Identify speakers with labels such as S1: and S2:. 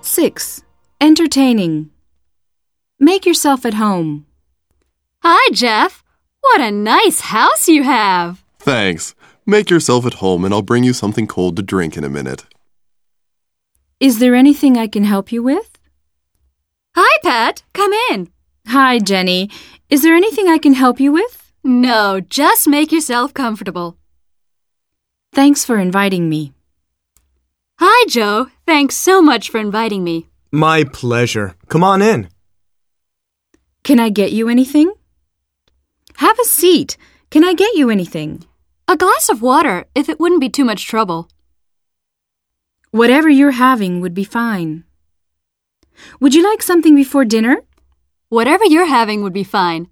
S1: 6. Entertaining. Make yourself at home.
S2: Hi, Jeff. What a nice house you have.
S3: Thanks. Make yourself at home and I'll bring you something cold to drink in a minute.
S1: Is there anything I can help you with?
S2: Hi, Pat. Come in.
S1: Hi, Jenny. Is there anything I can help you with?
S2: No, just make yourself comfortable.
S1: Thanks for inviting me.
S2: Hi, Joe. Thanks so much for inviting me.
S4: My pleasure. Come on in.
S1: Can I get you anything? Have a seat. Can I get you anything?
S2: A glass of water, if it wouldn't be too much trouble.
S1: Whatever you're having would be fine. Would you like something before dinner?
S2: Whatever you're having would be fine.